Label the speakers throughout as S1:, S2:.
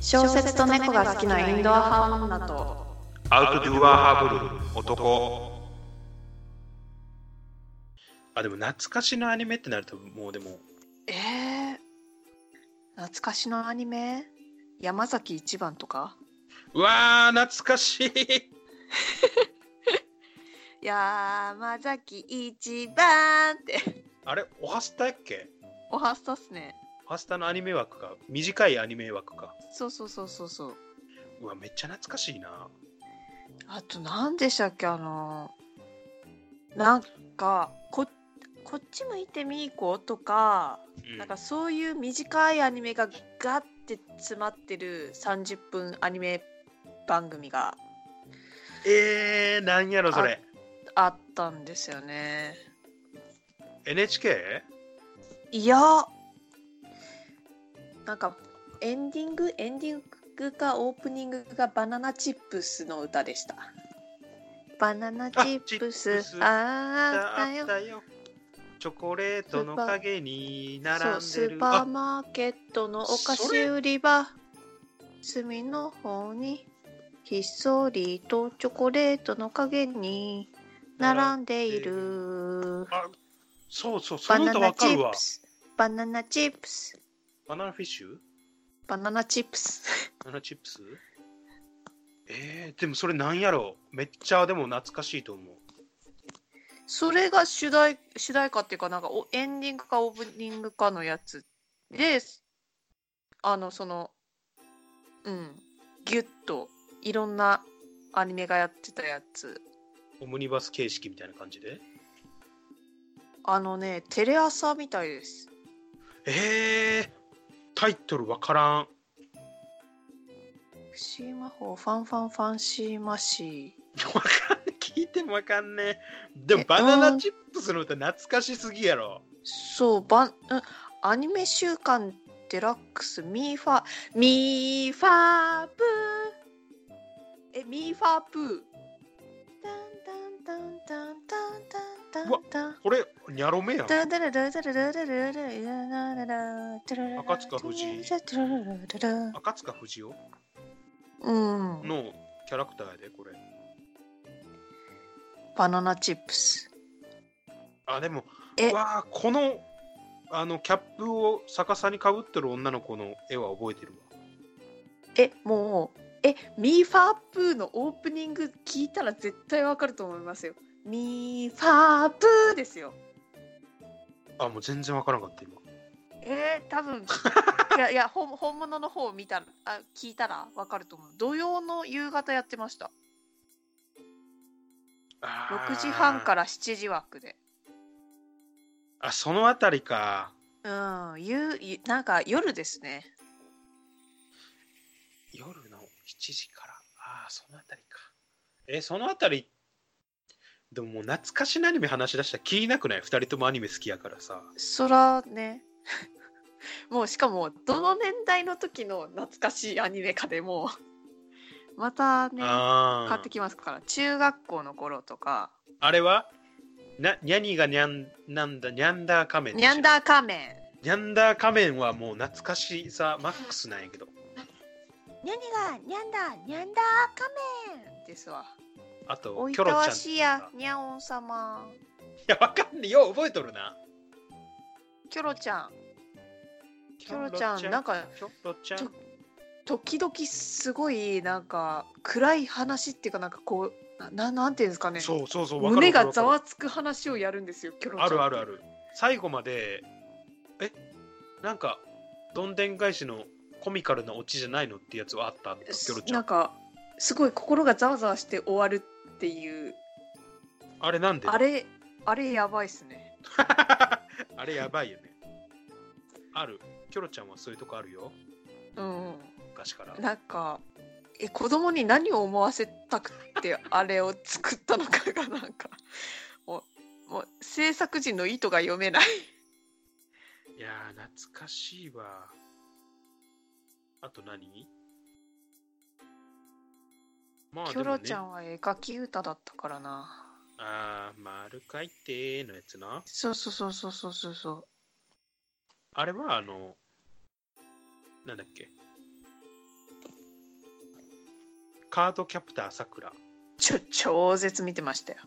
S1: 小説と猫が好きなインドア派女と
S2: アウトドゥアハブル男あでも懐かしのアニメってなるともうでも
S1: えー、懐かしのアニメ山崎一番とか
S2: うわー懐かしい
S1: 山崎一番って
S2: あれおはスタやっけ
S1: おはスタっすね
S2: おはスタのアニメ枠か短いアニメ枠か
S1: そうそうそうそうそう
S2: うわめっちゃ懐かしいな
S1: あと何でしたっけあのなんかここっち向いてみーことか、
S2: うん
S1: なんかそういう短いアニメがガッて詰まってる30分アニメ番組が
S2: えー、なんやろそれ
S1: あったんですよね
S2: NHK?
S1: いやなんかエンディングエンディングかオープニングがバナナチップスの歌でしたバナナチップ
S2: あチッ
S1: ス
S2: プス
S1: あった
S2: あ
S1: よ
S2: ったよチョコレートの陰に並んで
S1: そ
S2: る
S1: うスーパーマーケットのお菓
S2: そ
S1: 子
S2: れ
S1: 売り場隅の方にひっそりとチョコレートの陰に並んでいる
S2: あそうそうそ
S1: バ
S2: の
S1: ナ
S2: 歌
S1: ナ
S2: わ
S1: チ
S2: かる
S1: ッ
S2: わ
S1: プスバナナチップス
S2: バナナフィッシュ
S1: バナナチップス
S2: バナナチップスえー、でもそれなんやろめっちゃでも懐かしいと思う
S1: それが主題主題歌っていうかなんかおエンディングかオープニングかのやつであのそのうんギュッといろんなアニメがやってたやつ
S2: オムニバス形式みたいな感じで
S1: あのね、テレ朝みたいです。
S2: えー、タイトルわからん
S1: シーマホーファンファンファンシーマシ
S2: わかんね聞いてもわかんねえでもバナナチップスの歌懐かしすぎやろ
S1: ー。そう、ばん、うんアニメ週間デラックスミーファ、ミーファープー。え、ミーファープー。タンタンタンタンタンタンタン。
S2: これニャロメやん
S1: ダダラダダラダダラダラダラダラダラ
S2: 赤塚不二赤塚不二夫
S1: うん。
S2: のキャラクターやでこれ
S1: バナナチップス。
S2: あでも
S1: え
S2: わあこのあのキャップを逆さにかぶってる女の子の絵は覚えてるわ
S1: えもうえミーファープーのオープニング聞いたら絶対わかると思いますよミーファープーですよ
S2: あもう全然わからんかった今
S1: えー、多 分いやいや本本物の方を見たらあ聞いたらわかると思う土曜の夕方やってました6時半からら7時枠で
S2: あそのあたりか
S1: うんゆゆなんか夜ですね
S2: 夜の7時からあーそのあたりかえそのあたりでももう懐かしのアニメ話し出したら気いなくない2人ともアニメ好きやからさ
S1: そらね もうしかもどの年代の時の懐かしいアニメかでもうまたね
S2: あ
S1: 変わって
S2: ー
S1: きますから、中学校の頃とか
S2: あれはなニャニーがニャンなんだニャンダー仮面
S1: ニャンダー仮面
S2: ニャンダー仮面はもう懐かしさマックスなんやけど
S1: ニャニがニャンダーニャンダー仮面ですわ
S2: あと
S1: おい
S2: キョ
S1: た
S2: ロちゃん
S1: わ
S2: とか
S1: しやニャオン様
S2: いやわかんねえよう覚えとるな
S1: キョロちゃんキョロちゃんなんか
S2: キョロちゃ
S1: ちょ
S2: ん
S1: 時々すごいなんか暗い話っていうかなんかこうななんていうんですかね
S2: そうそうそうわか
S1: 胸
S2: るわかる
S1: がざわつく話をやるんですよキョロちゃん
S2: あるあるある最後までえなんかどんでん返しのコミカルなオチじゃないのってやつはあったんだキョロちゃ
S1: なんんかすごい心がざわざわして終わるっていう
S2: あれなんで
S1: あれあれやばいっすね
S2: あれやばいよねあるキョロちゃんはそういうとこあるよ
S1: うん
S2: 昔から
S1: なんかえ子供に何を思わせたくてあれを作ったのかがなんか もうもう制作人の意図が読めない
S2: いやー懐かしいわあと何まあ
S1: キ
S2: で
S1: ョ
S2: も
S1: ロ
S2: ね
S1: ちゃんは絵描き歌だったからな
S2: あー丸書いてのやつな
S1: そうそうそうそうそうそうそう
S2: あれはあのなんだっけカードキャプターさくら。
S1: ちょ超絶見てましたよ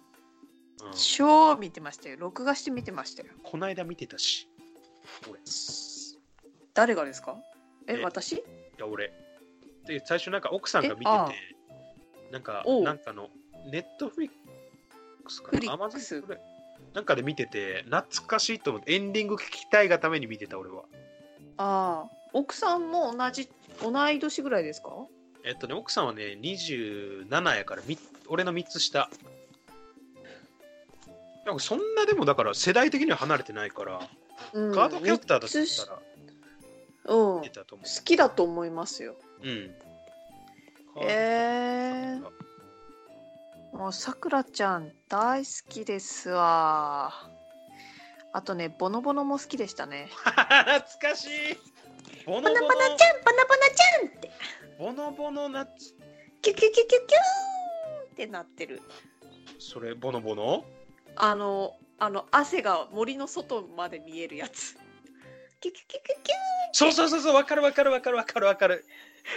S2: うん
S1: 超見てましたよ録画して見てましたよ
S2: こないだ見てたし。俺。い
S1: 誰がですかえ
S2: え
S1: 私
S2: や、俺。で、最初なんか奥さんが見て
S1: えああ
S2: て、なんか、
S1: おう
S2: なんかの、ネットフリックスか
S1: フリ
S2: な、
S1: ッ
S2: アマ
S1: クス
S2: ゾンくらいなんかで見てて、懐かしいと思って、エンディング聞きたいがために見てた、俺は。
S1: ああ奥さんも同じ同い年ぐらいですか
S2: えっとね、奥さんはね、27やから、み俺の3つ下。なんかそんなでもだから世代的には離れてないから、
S1: うん
S2: カードキャプターだ
S1: 三つし
S2: ったら
S1: うん好
S2: 出たと思
S1: きだと思いますよ
S2: う。うん。
S1: えー、もうさくらちゃん大好きですわあとねボノボノも好きでしたね
S2: 懐かしいボノボノ
S1: ゃんボノボノちゃんって
S2: ボノボノナッツ
S1: キュキュキュキュキューンってなってる
S2: それボノボノ
S1: あのあの汗が森の外まで見えるやつキュキュキュキュキ
S2: そうそうそうそうわかるわかるわかるわかるわかる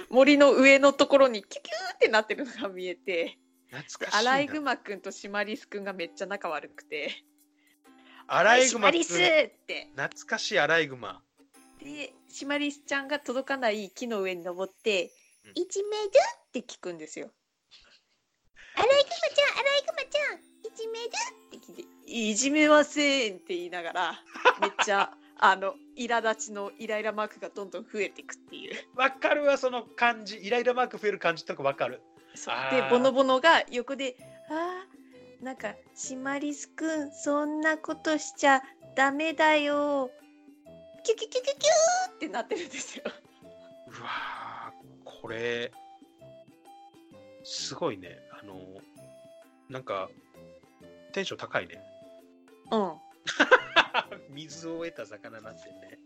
S1: ュー森の上のところにキュキューってなってるのが見えて
S2: 懐かしいな
S1: アライグマくんとシマリスくんがめっちゃ仲悪くて「
S2: アライ
S1: シ
S2: グ
S1: マ
S2: マくん
S1: リス!」って
S2: 懐かしいアライグマ
S1: でシマリスちゃんが届かない木の上に登って
S2: うん
S1: 「一メル?」って聞くんですよ。アライグマちゃんアライグマちゃん一メルって聞いて「いじめません」って言いなが らめっちゃあの苛立ちのイライラマークがどんどん増えていくっていう。
S2: わかるわその感じイライラマーク増える感じとかわかる
S1: そう
S2: あ
S1: で
S2: ー
S1: ボノボノが横で「あーなんかシマリスくんそんなことしちゃダメだよ」キュキュキュキュキューってなってるんですよ。
S2: うわーこれすごいねあのなんかテンション高いね
S1: うん
S2: 水を得た魚なんてね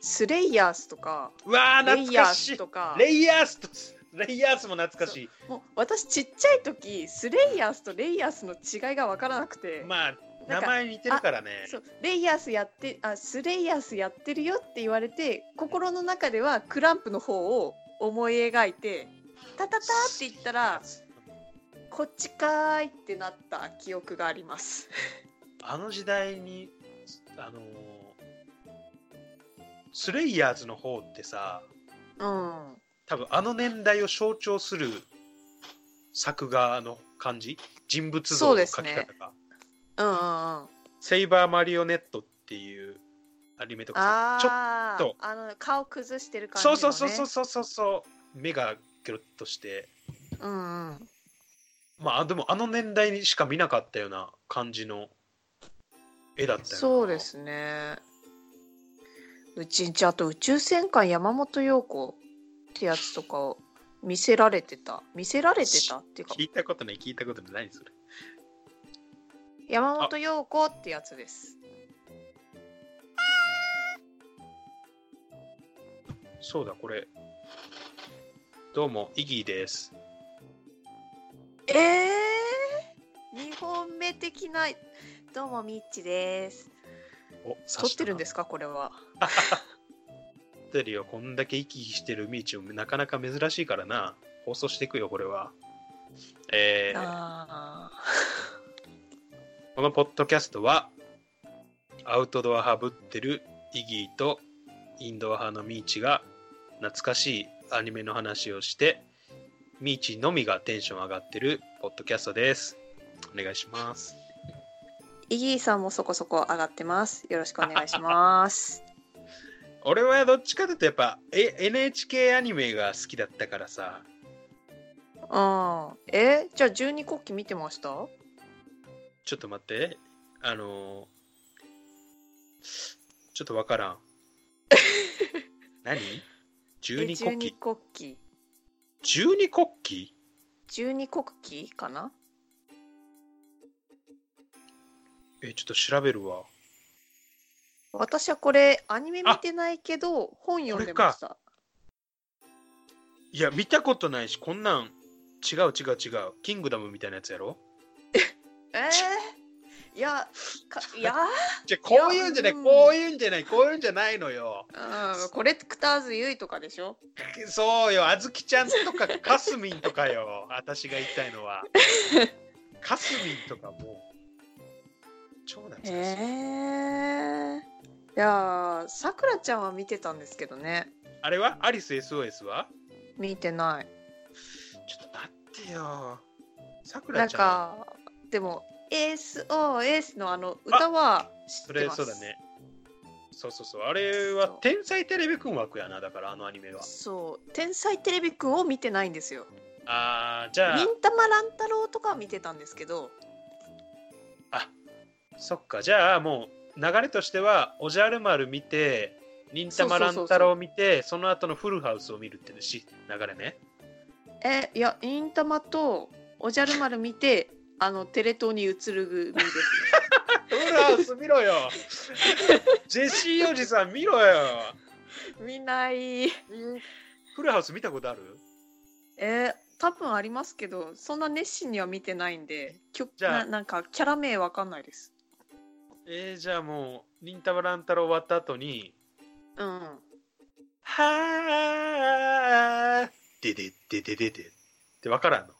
S1: スレイヤースとか、
S2: うわー
S1: レイ
S2: 懐
S1: ヤ
S2: か
S1: ー
S2: し
S1: ス
S2: い
S1: とか、
S2: レイヤースとレイヤースも懐かし
S1: もう私ちっちゃい時、スレイヤースとレイヤースの違いが分からなくて、
S2: い。まあ、
S1: な
S2: 名
S1: んか
S2: 前似てるからね。
S1: そうレイヤースやってあ、スレイヤースやってるよって言われて、心の中ではクランプの方を思い描いて、タタタって言ったら、こっちかーいってなった記憶があります。
S2: あの時代に、あのースレイヤーズの方ってさ、
S1: うん。
S2: 多分あの年代を象徴する作画の感じ人物像の
S1: そう
S2: 描き
S1: ですね
S2: 方が、
S1: うんうんうん。あ
S2: セイバーマリオネットっていうアニメとかさ
S1: あ
S2: ちょっ
S1: ー、
S2: ちょっと
S1: あの顔崩してる感じ
S2: そ
S1: の、
S2: う
S1: ね。
S2: そうそうそうそうそう目がギョロッとして
S1: う。うんうん。
S2: まあでもあの年代にしか見なかったような感じの絵だったよな
S1: そうですねうちんちあと「宇宙戦艦山本陽子」ってやつとかを見せられてた見せられてたっていうか
S2: 聞いたことない聞いたことない何それ
S1: 山本陽子ってやつです
S2: そうだこれどうもイギーです
S1: ええー、2本目的などうもみっちです
S2: お
S1: 撮ってるんですすかこれは
S2: 撮ってるよこんだけ生き生きしてるミーチもなかなか珍しいからな放送していくよこれはえー
S1: あ
S2: このポッドキャストはアウトドア派ぶってるイギーとインドア派のミーチが懐かしいアニメの話をしてミーチのみがテンション上がってるポッドキャストですお願いします
S1: ーイギーさんもそこそこ上がってますよろしくお願いします
S2: 俺はどっちかというとやっぱえ NHK アニメが好きだったからさ
S1: うんえじゃあ十二国旗見てました
S2: ちょっと待ってあのーちょっとわから ん何十
S1: え
S2: 二国旗
S1: 十二国旗
S2: 十二国旗
S1: 十二国旗かな
S2: えちょっと調べるわ
S1: 私はこれアニメ見てないけど本読んでました
S2: いや見たことないしこんなん違う違う違うキングダムみたいなやつやろ
S1: えーいやかいや、
S2: じゃあこういうんじゃない
S1: いやうん
S2: こういうんじゃないこういうんじゃないのよ
S1: うん、コレクターズゆいとかでしょ
S2: そうよあずきちゃんとかかすみんとかよ私が言いたいの はかすみんとかも超懐かしい、
S1: えいやーさくらちゃんは見てたんですけどね
S2: あれはアリス SOS は
S1: 見てない
S2: ちょっと待ってよさく
S1: な
S2: ら
S1: ん
S2: ちゃん
S1: かでも SOS のあの歌は知
S2: そ
S1: って
S2: れ
S1: ます
S2: そうだねそうそうそうあれは
S1: そう
S2: 天才テレビくん枠やなだからあのアニメは
S1: そう天才テレビくんを見てないんですよ
S2: あーじゃあ
S1: 忍たま乱太郎とかは見てたんですけど
S2: あそっかじゃあもう流れとしてはおじゃる丸見て忍たま乱太郎見てその後のフルハウスを見るってし流れね
S1: えいや忍たまとおじゃる丸見てあのテレ東に移る組です
S2: フルハウス見ろよ ジェシーおじさん見ろよ
S1: ね 見ない
S2: フルハウス見たことある
S1: えー多分ありますけどそんな熱心には見てないんで曲
S2: じゃ
S1: な
S2: あ
S1: なんかキャラ名わかんないです
S2: えー、じゃあもう忍たま乱太郎終わった後に
S1: うん
S2: 「はあ」「でででででで」って分からんの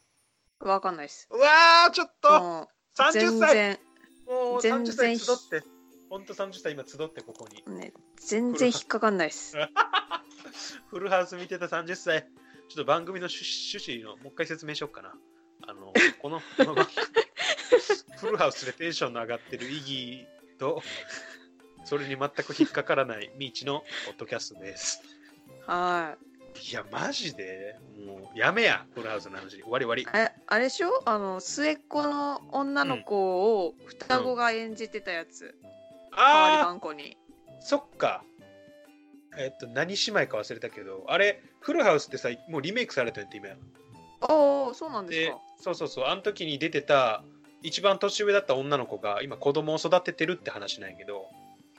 S1: わかんないです
S2: うわーちょっと
S1: もう
S2: 30
S1: 全
S2: 歳
S1: 然
S2: もう
S1: 全
S2: 30歳
S1: 然
S2: 集ってほんと30歳今集ってここに
S1: ね全然引っかかんないです
S2: フルハウス見てた30歳。ちょっと番組の趣趣旨のもう一回説明しようかな。あの、この、この番組フルハウスでテンションの上がってる意義と、それに全く引っかからない未知のポッドキャストです。
S1: はい
S2: や、マジで、もうやめや、フルハウスの話。終わり終わり
S1: い。ああれでしょあの末っ子の女の子を双子が演じてたやつ、代わり
S2: あ
S1: 番号に
S2: あ、そっか。えっと、何姉妹か忘れたけど、あれ、フルハウスってさ、もうリメイクされたんやって今。
S1: ああそうなんです
S2: で
S1: か
S2: そうそうそうあの時に出てた一番年上だった女の子が今子供を育ててるって話なんやけど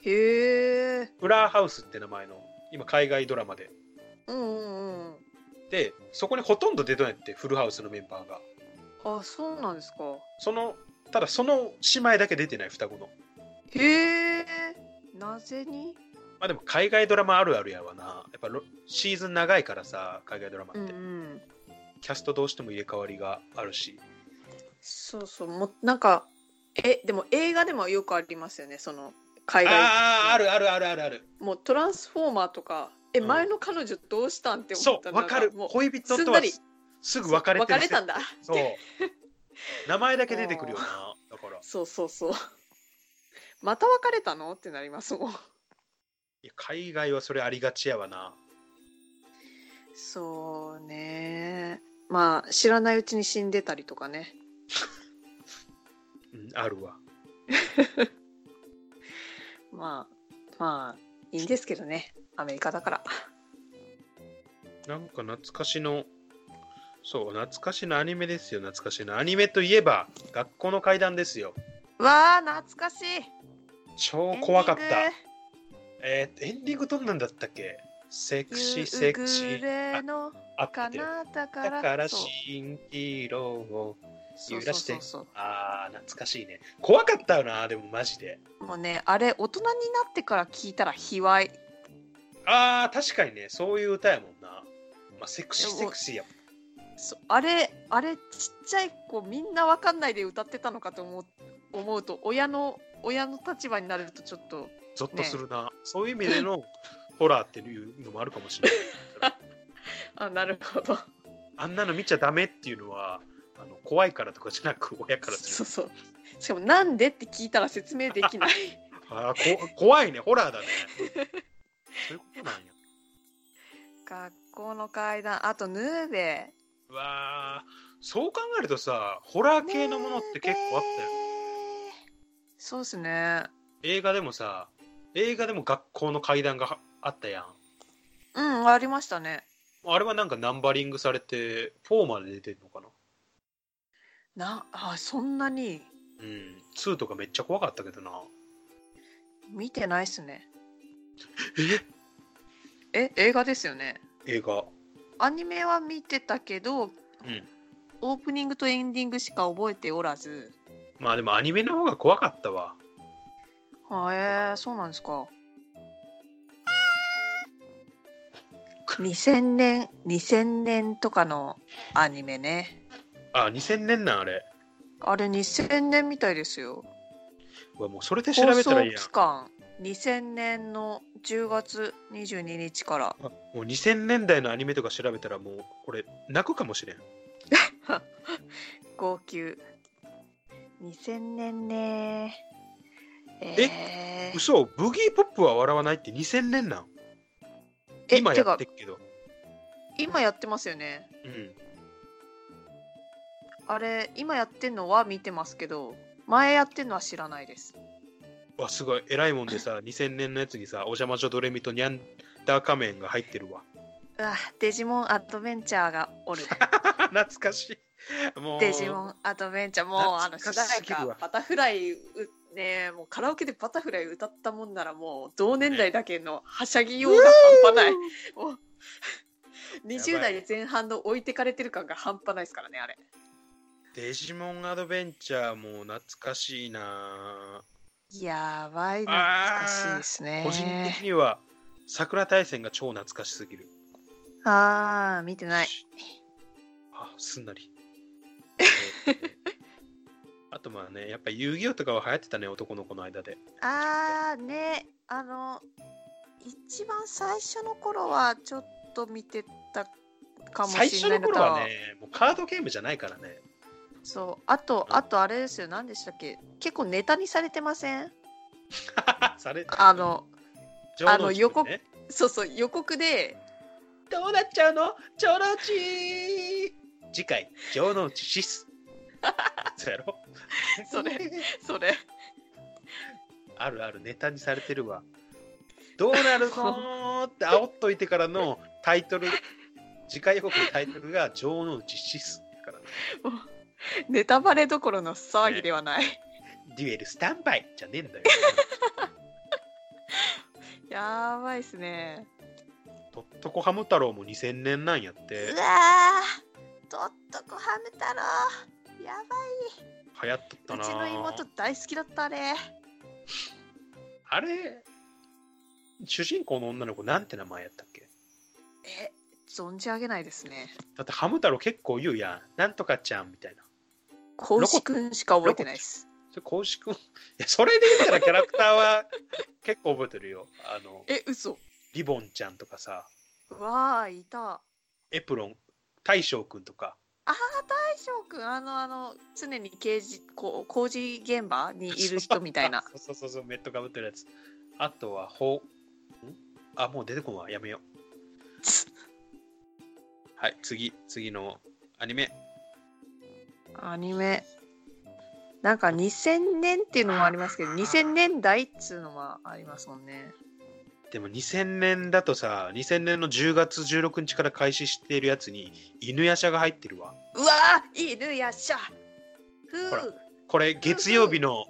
S1: へえ
S2: フラーハウスって名前の今海外ドラマで
S1: うんうんうん
S2: でそこにほとんど出とんやってフルハウスのメンバーが
S1: あそうなんですか
S2: そのただその姉妹だけ出てない双子の
S1: へえなぜに
S2: まあでも海外ドラマあるあるやわなやっぱロシーズン長いからさ海外ドラマ
S1: う
S2: っ
S1: ん
S2: て、
S1: うん
S2: キャストどうしても入れ替わりがあるし
S1: そうそうもうなんかえでも映画でもよくありますよねその海外
S2: あああるあるあるあるある
S1: もうトランスフォーマーとかえ、
S2: うん
S1: 前の彼女どうしたんって思
S2: そ
S1: った
S2: うわかる
S1: もう
S2: 恋人
S1: すんな
S2: とは
S1: り
S2: すすぐ別れてる
S1: 別れたんだ
S2: そう。 名前だけ出て くるよな。だから。
S1: そうそうそう。 また別れたのってなりますもん。
S2: いや海外はそれありがちやわな。
S1: そうね。まあ知らないうちに死んでたりとかね。
S2: うん、あるわ。
S1: まあまあいいんですけどね。アメリカだから。
S2: なんか懐かしの、そう、懐かしのアニメですよ、懐かしの。アニメといえば、学校の階段ですよ。
S1: わあ懐かしい。
S2: 超怖かった。えーエンディングどんなんだったっけセクシー、セクシ
S1: 夕暮れ
S2: ー。
S1: の
S2: あ、あって
S1: 彼
S2: る。
S1: 方か
S2: だ
S1: ら。
S2: から
S1: そう
S2: 蜃気楼を。
S1: そう
S2: 揺らして
S1: そうそう
S2: あー、懐かしいね。怖かったよな、でもマジで。
S1: そうもうねあれ大人になってから聞いたら卑猥。
S2: あー、確かにね、そういう歌やもんな。まあ、セクシー、セクシーやもん
S1: そうあれあれちっちゃい子みんなわかんないで歌ってたのかと思う思うと親の親の立場になるとちょっと
S2: ゾッとするな、そういう意味で のホラーっていうのもあるかもしれない
S1: あなるほど
S2: あんなの見ちゃダメっていうのはあの怖いからとかじゃなく親からす
S1: そう
S2: る
S1: そうしかもなんでって聞いたら説明でき ない
S2: あーこ怖いねホラーだねそういうことなんや
S1: 学校の階段あとヌーベ
S2: う わーそう考えるとさホラー系のものって結構あったよ、
S1: そうですね
S2: 映画でもさ映画でも学校の階段がはあったやん
S1: うんありましたね
S2: あれはなんかナンバリングされて4まで出てんのかな
S1: なあそんなに
S2: うん2とかめっちゃ怖かったけどな
S1: 見てないっすね
S2: え
S1: え映画ですよね
S2: 映画
S1: アニメは見てたけど
S2: うん
S1: オープニングとエンディングしか覚えておらず
S2: まあでもアニメの方が怖かったわ。
S1: はえー、そうなんですか。2000年、2000年とかのアニメね。
S2: あ、2000年なんあれ。
S1: あれ2000年みたいですよ。
S2: うわもうそれで調
S1: 放
S2: べたらい
S1: 送
S2: いやん
S1: 期。間2000年の10月22日から。
S2: あもう2000年代のアニメとか調べたらもう俺泣くかもしれん。
S1: 号泣。2000年ねえー
S2: 嘘、ブギーポップは笑わないって2000年なん。
S1: え
S2: 今
S1: て
S2: や
S1: か
S2: ってっけど。
S1: 今やってますよね。
S2: うん。
S1: あれ今やってんのは見てますけど前やってんのは知らないです。
S2: わ、すごい。偉いもん でさ、2000年のやつにさ、お邪魔女ドレミとニャンダー仮面が入ってるわ。
S1: うわデジモンアドベンチャーがおる。
S2: 懐かしい。 もう。
S1: デジモンアドベンチャーもうあの主
S2: 懐
S1: 題
S2: かしすぎる
S1: 歌
S2: わ
S1: バタフライうねえもうカラオケでバタフライ歌ったもんならもう同年代だけのはしゃぎようが半端ないもう20代前半の置いてかれてる感が半端ないですからねあれ
S2: デジモンアドベンチャーも懐かしいな
S1: やばい懐
S2: あ
S1: かしい
S2: ー
S1: ですね
S2: 個人的には桜大戦が超懐かしすぎる。
S1: ああ見てない
S2: あ、すんなり。 あとまあね、やっぱ遊戯王とかは流行ってたね、男の子の間で。
S1: あーねあの一番最初の頃はちょっと見てたかも
S2: 最
S1: し
S2: 初
S1: れな
S2: の
S1: いのと
S2: 頃はね、もうカードゲームじゃないからね。
S1: そうあと
S2: うん
S1: あとあれですよ何でしたっけ結構ネタにされてません
S2: され
S1: あの
S2: 城之内
S1: あの予告
S2: ね
S1: そうそう予告で
S2: どうなっちゃうの城之内次回、城之内 シス。そうやろ
S1: それそれ
S2: あるある、ネタにされてるわ。どうなるのーって煽っといてからのタイトル、次回予告のタイトルが城之内シスだからね。
S1: ネタバレどころの騒ぎではない、
S2: デュエルスタンバイじゃねえんだよ。
S1: やばいっすね
S2: とっとこハム太郎も2000年なんやって
S1: う、わーとっとこハム太郎や
S2: 流行っとった
S1: ばい
S2: な
S1: うちの妹大好きだったあれ
S2: あれ、主人公の女の子なんて名前やったっけ
S1: え存じ上げないですね
S2: だってハム太郎結構言うやん。なんとかちゃんみたいな。
S1: 孔子くんしか覚えてないです
S2: それ、公式君。いや、それで言ったらキャラクターは結構覚えてるよ。あの、
S1: え嘘
S2: リボンちゃんとかさ。
S1: うわーいた
S2: エプロン大将くんとか
S1: ああ大将くんあのあの常に刑事こう工事現場にいる人みたいな
S2: そうそうそうそうメットかぶってるやつあとはほうんあもう出てこんわやめよう はい次次のアニメ
S1: アニメなんか2000年っていうのもありますけど2000年代っつうのもありますもんね
S2: でも2000年だとさ2000年の10月16日から開始しているやつに犬やしゃが入ってるわ
S1: うわー犬やっしゃふ
S2: ほら
S1: う
S2: これ月曜日の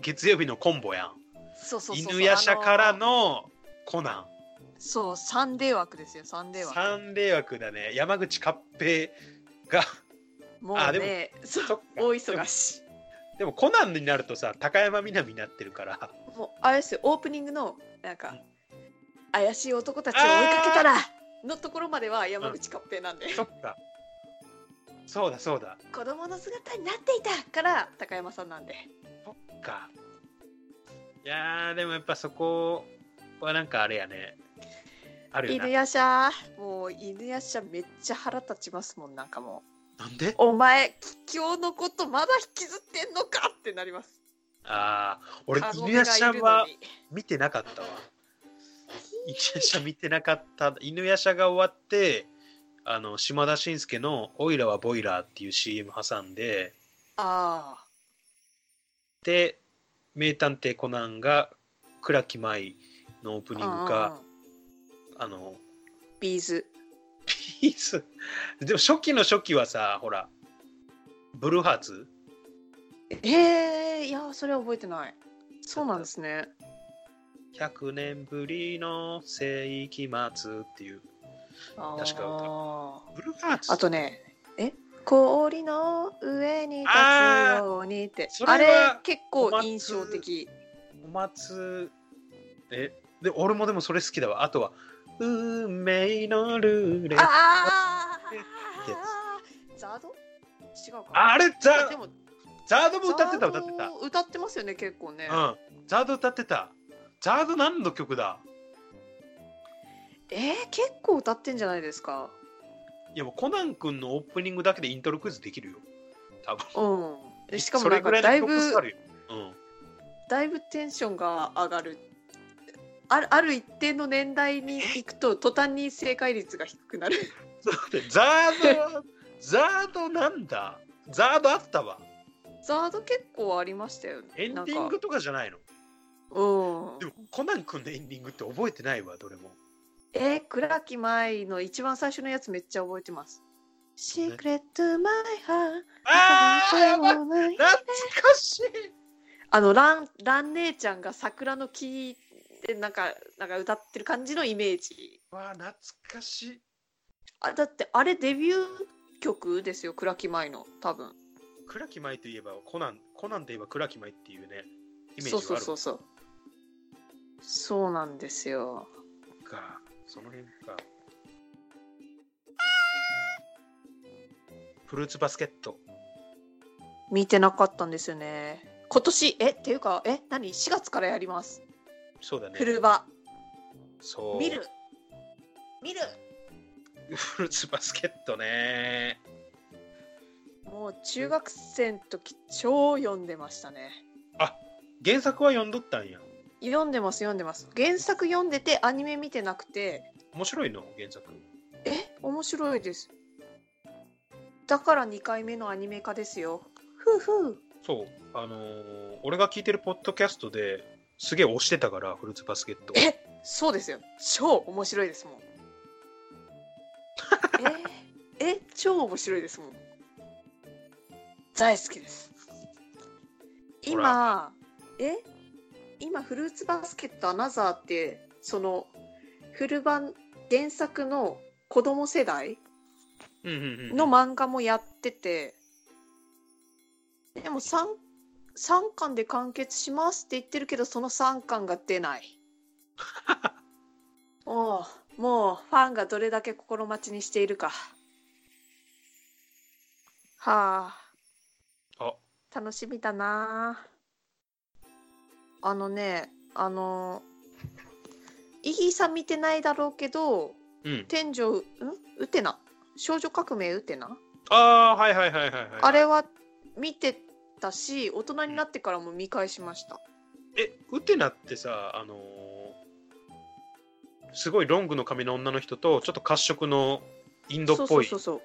S2: 月曜日のコンボやん
S1: そうそうそうそう
S2: 犬やしゃから
S1: あの
S2: のコナン
S1: そうサンデー枠ですよサンデー枠
S2: 三例枠だね山口勝平 が
S1: もう
S2: あ
S1: ねそう
S2: そっか
S1: 大忙し
S2: でもコナンになるとさ高山みなみになってるから
S1: もうあれですよオープニングのなん
S2: う
S1: か
S2: ん
S1: 怪しい男たちを追いかけたらのところまでは山口勝平なんで
S2: そっかそうだそうだ
S1: 子供の姿になっていたから高山さんなんで
S2: かいやーでもやっぱそこはなんかあれやねあるよ
S1: 犬
S2: な
S1: やしゃもう犬やしゃめっちゃ腹立ちますもんなんかも
S2: なんで
S1: うお前桔梗のことまだ引きずってんのかってなります
S2: ああ俺
S1: カゴ
S2: 犬
S1: メ
S2: や
S1: がい
S2: し
S1: る
S2: ゃ
S1: のに
S2: は見てなかったわ犬やしゃ見てなかった犬やしゃが終わってあの島田紳介の「オイラはボイラー」っていう CM 挟んで
S1: ああ
S2: で名探偵コナンが倉木舞のオープニング
S1: うん
S2: か
S1: うんうん
S2: あの
S1: ビーズ
S2: ピース でも初期の初期はさほらブルーハーツ
S1: えー、いやそれは覚えてないそうなんですね
S2: 100年ぶりの世紀末っていう
S1: あー
S2: 確かブルーハーツ
S1: あとねえ氷の上に立つようにって
S2: それ
S1: あれ
S2: は
S1: 結構印象的
S2: お松えで俺もでもそれ好きだわあとは「運命のルーレット」あ
S1: あ
S2: ってや
S1: あザード違うか
S2: れザ
S1: でも
S2: ザードも歌ってた歌って
S1: ザード歌ってますよね結構ね、
S2: たうんザード歌ってたザード何の曲だ
S1: えー、結構歌ってんじゃないですか
S2: いやもうコナン君のオープニングだけでイントロクイズできるよ多分
S1: うんでしかも
S2: そ
S1: な
S2: れ
S1: んか
S2: ぐ
S1: ら
S2: い
S1: だい
S2: の
S1: ぶ
S2: 曲数あるよ、うん、
S1: だいぶテンションが上がるあるある一定の年代に行くと途端に正解率が低くなる
S2: そうだってザードザードなんだザードあったわ
S1: ザード結構ありましたよね
S2: エンディングとかじゃないの
S1: うん
S2: でもコナン君のエンディングって覚えてないわどれも
S1: えー、倉木舞の一番最初のやつめっちゃ覚えてます。Secret to my heart
S2: ああやばい
S1: あない
S2: 懐かしい
S1: あのランラン姉ちゃんが桜の木でなんかなんか歌ってる感じのイメージ
S2: わあ懐かしい
S1: あだってあれデビュー曲ですよ倉木舞の多分
S2: 倉木舞といえばコナンコナンで言えば倉木舞っていうねイメージがあ
S1: そう
S2: る
S1: そうそうそうそうなんですよ
S2: かその辺かフルーツバスケット
S1: 見てなかったんですよね今年えっていうかえ何4月からやります
S2: そうだね
S1: フルバ
S2: そう
S1: 見る見る
S2: フルーツバスケットね
S1: もう中学生の時超読んでましたね。
S2: あ原作は読んどったんや
S1: 読んでます読んでます。原作読んでてアニメ見てなくて
S2: 面白いの原作
S1: え面白いです。だから2回目のアニメ化ですよ。ふうふう。
S2: そうあのー俺が聞いてるポッドキャストですげえ推してたからフルーツバスケット
S1: えそうですよ。超面白いですもん。ええ超面白いですもん。大好きです。
S2: ほ
S1: 今え今フルーツバスケットアナザーってそのフル版原作の子供世代
S2: うんうんうんうん
S1: の漫画もやってて、でも 3, 三巻で完結しますって言ってるけどその3巻が出ない おうもうファンがどれだけ心待ちにしているかはあ
S2: あ
S1: 楽しみだなああのねあのイギーさん見てないだろうけど
S2: うん
S1: 天井んウテナ少女革命ウテナ
S2: ああーはいはいはいはいはい
S1: あれは見てたし大人になってからも見返しました
S2: えウテナってさあのーすごいロングの髪の女の人とちょっと褐色のインドっぽい
S1: そうそう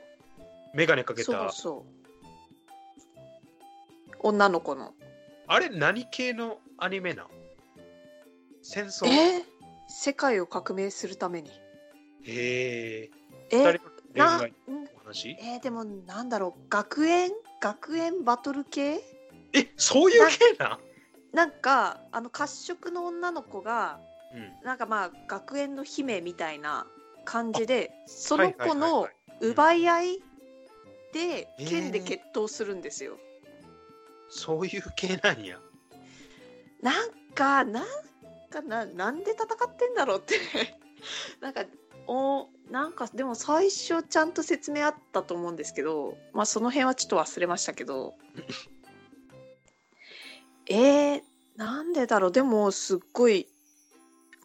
S2: 眼鏡かけ
S1: そうそう
S2: た
S1: そう女の子の
S2: あれ何系のアニメなん戦争
S1: え
S2: へ
S1: ー世界を革命するために
S2: え
S1: え
S2: 二人の
S1: な
S2: 恋愛
S1: ん
S2: の話
S1: えーでもなんだろう学園学園バトル系
S2: えそういう系なん
S1: なんかあの褐色の女の子が
S2: うん
S1: なんかまあ学園の姫みたいな感じでそ
S2: はい
S1: の
S2: はいはいはい
S1: 子の奪い合いで剣で決闘するんですよ。
S2: そういう系なんや
S1: なんかなんかななんで戦ってんだろうって なんかおなんかでも最初ちゃんと説明あったと思うんですけどまあその辺はちょっと忘れましたけど えー、なんでだろうでもすっごい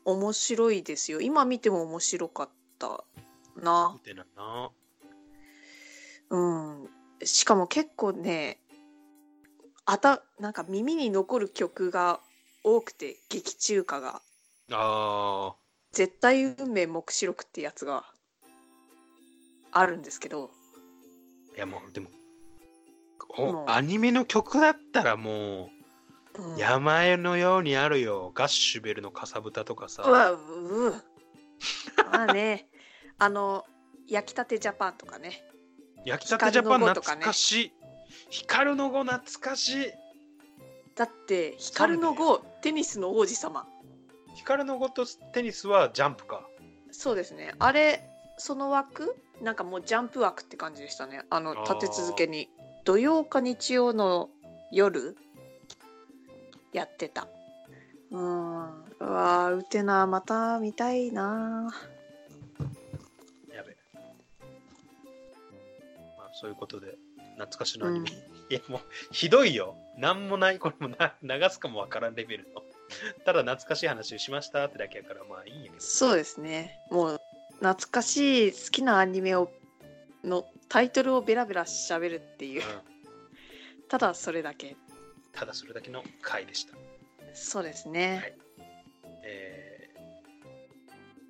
S1: 面白いですよ今見ても面白かったな
S2: ウテナな
S1: うん、しかも結構ねあたなんか耳に残る曲が多くて劇中歌が
S2: あ
S1: 「絶対運命黙示録」ってやつがあるんですけど
S2: ーいやもうでもお
S1: もう
S2: アニメの曲だったらも
S1: うん
S2: う山へのようにあるよガッシュベルのかさぶたとかさ
S1: うわううまあね あの「焼きたてジャパン」とかね
S2: 焼きたてジャパン
S1: 光の碁
S2: 懐
S1: とかね
S2: かしい。光の碁懐かしい。
S1: だって「光の碁テニスの王子様
S2: 光の碁とテニスはジャンプか。」
S1: そうですねあれその枠なんかもうジャンプ枠って感じでしたねあの
S2: あー
S1: 立て続けに土曜か日曜の夜やってたうーんうわーウテナまた見たいな
S2: やべ。まあ、そういうことで、懐かしのアニメ。
S1: う
S2: いや、もう、ひどいよ。なんもない、これもな流すかもわからんレベルの。ただ、懐かしい話をしましたってだけやから、まあいいんやけど。
S1: そうですねもう懐かしい好きなアニメをのタイトルをベラベラしゃべるっていう
S2: うん
S1: ただそれだけ
S2: ただ、それだけの回でした。
S1: そうですね、
S2: はいえ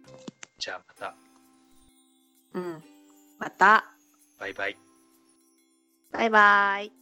S2: ーじゃあ、また、
S1: うんまた
S2: バイバイ。
S1: バイバイ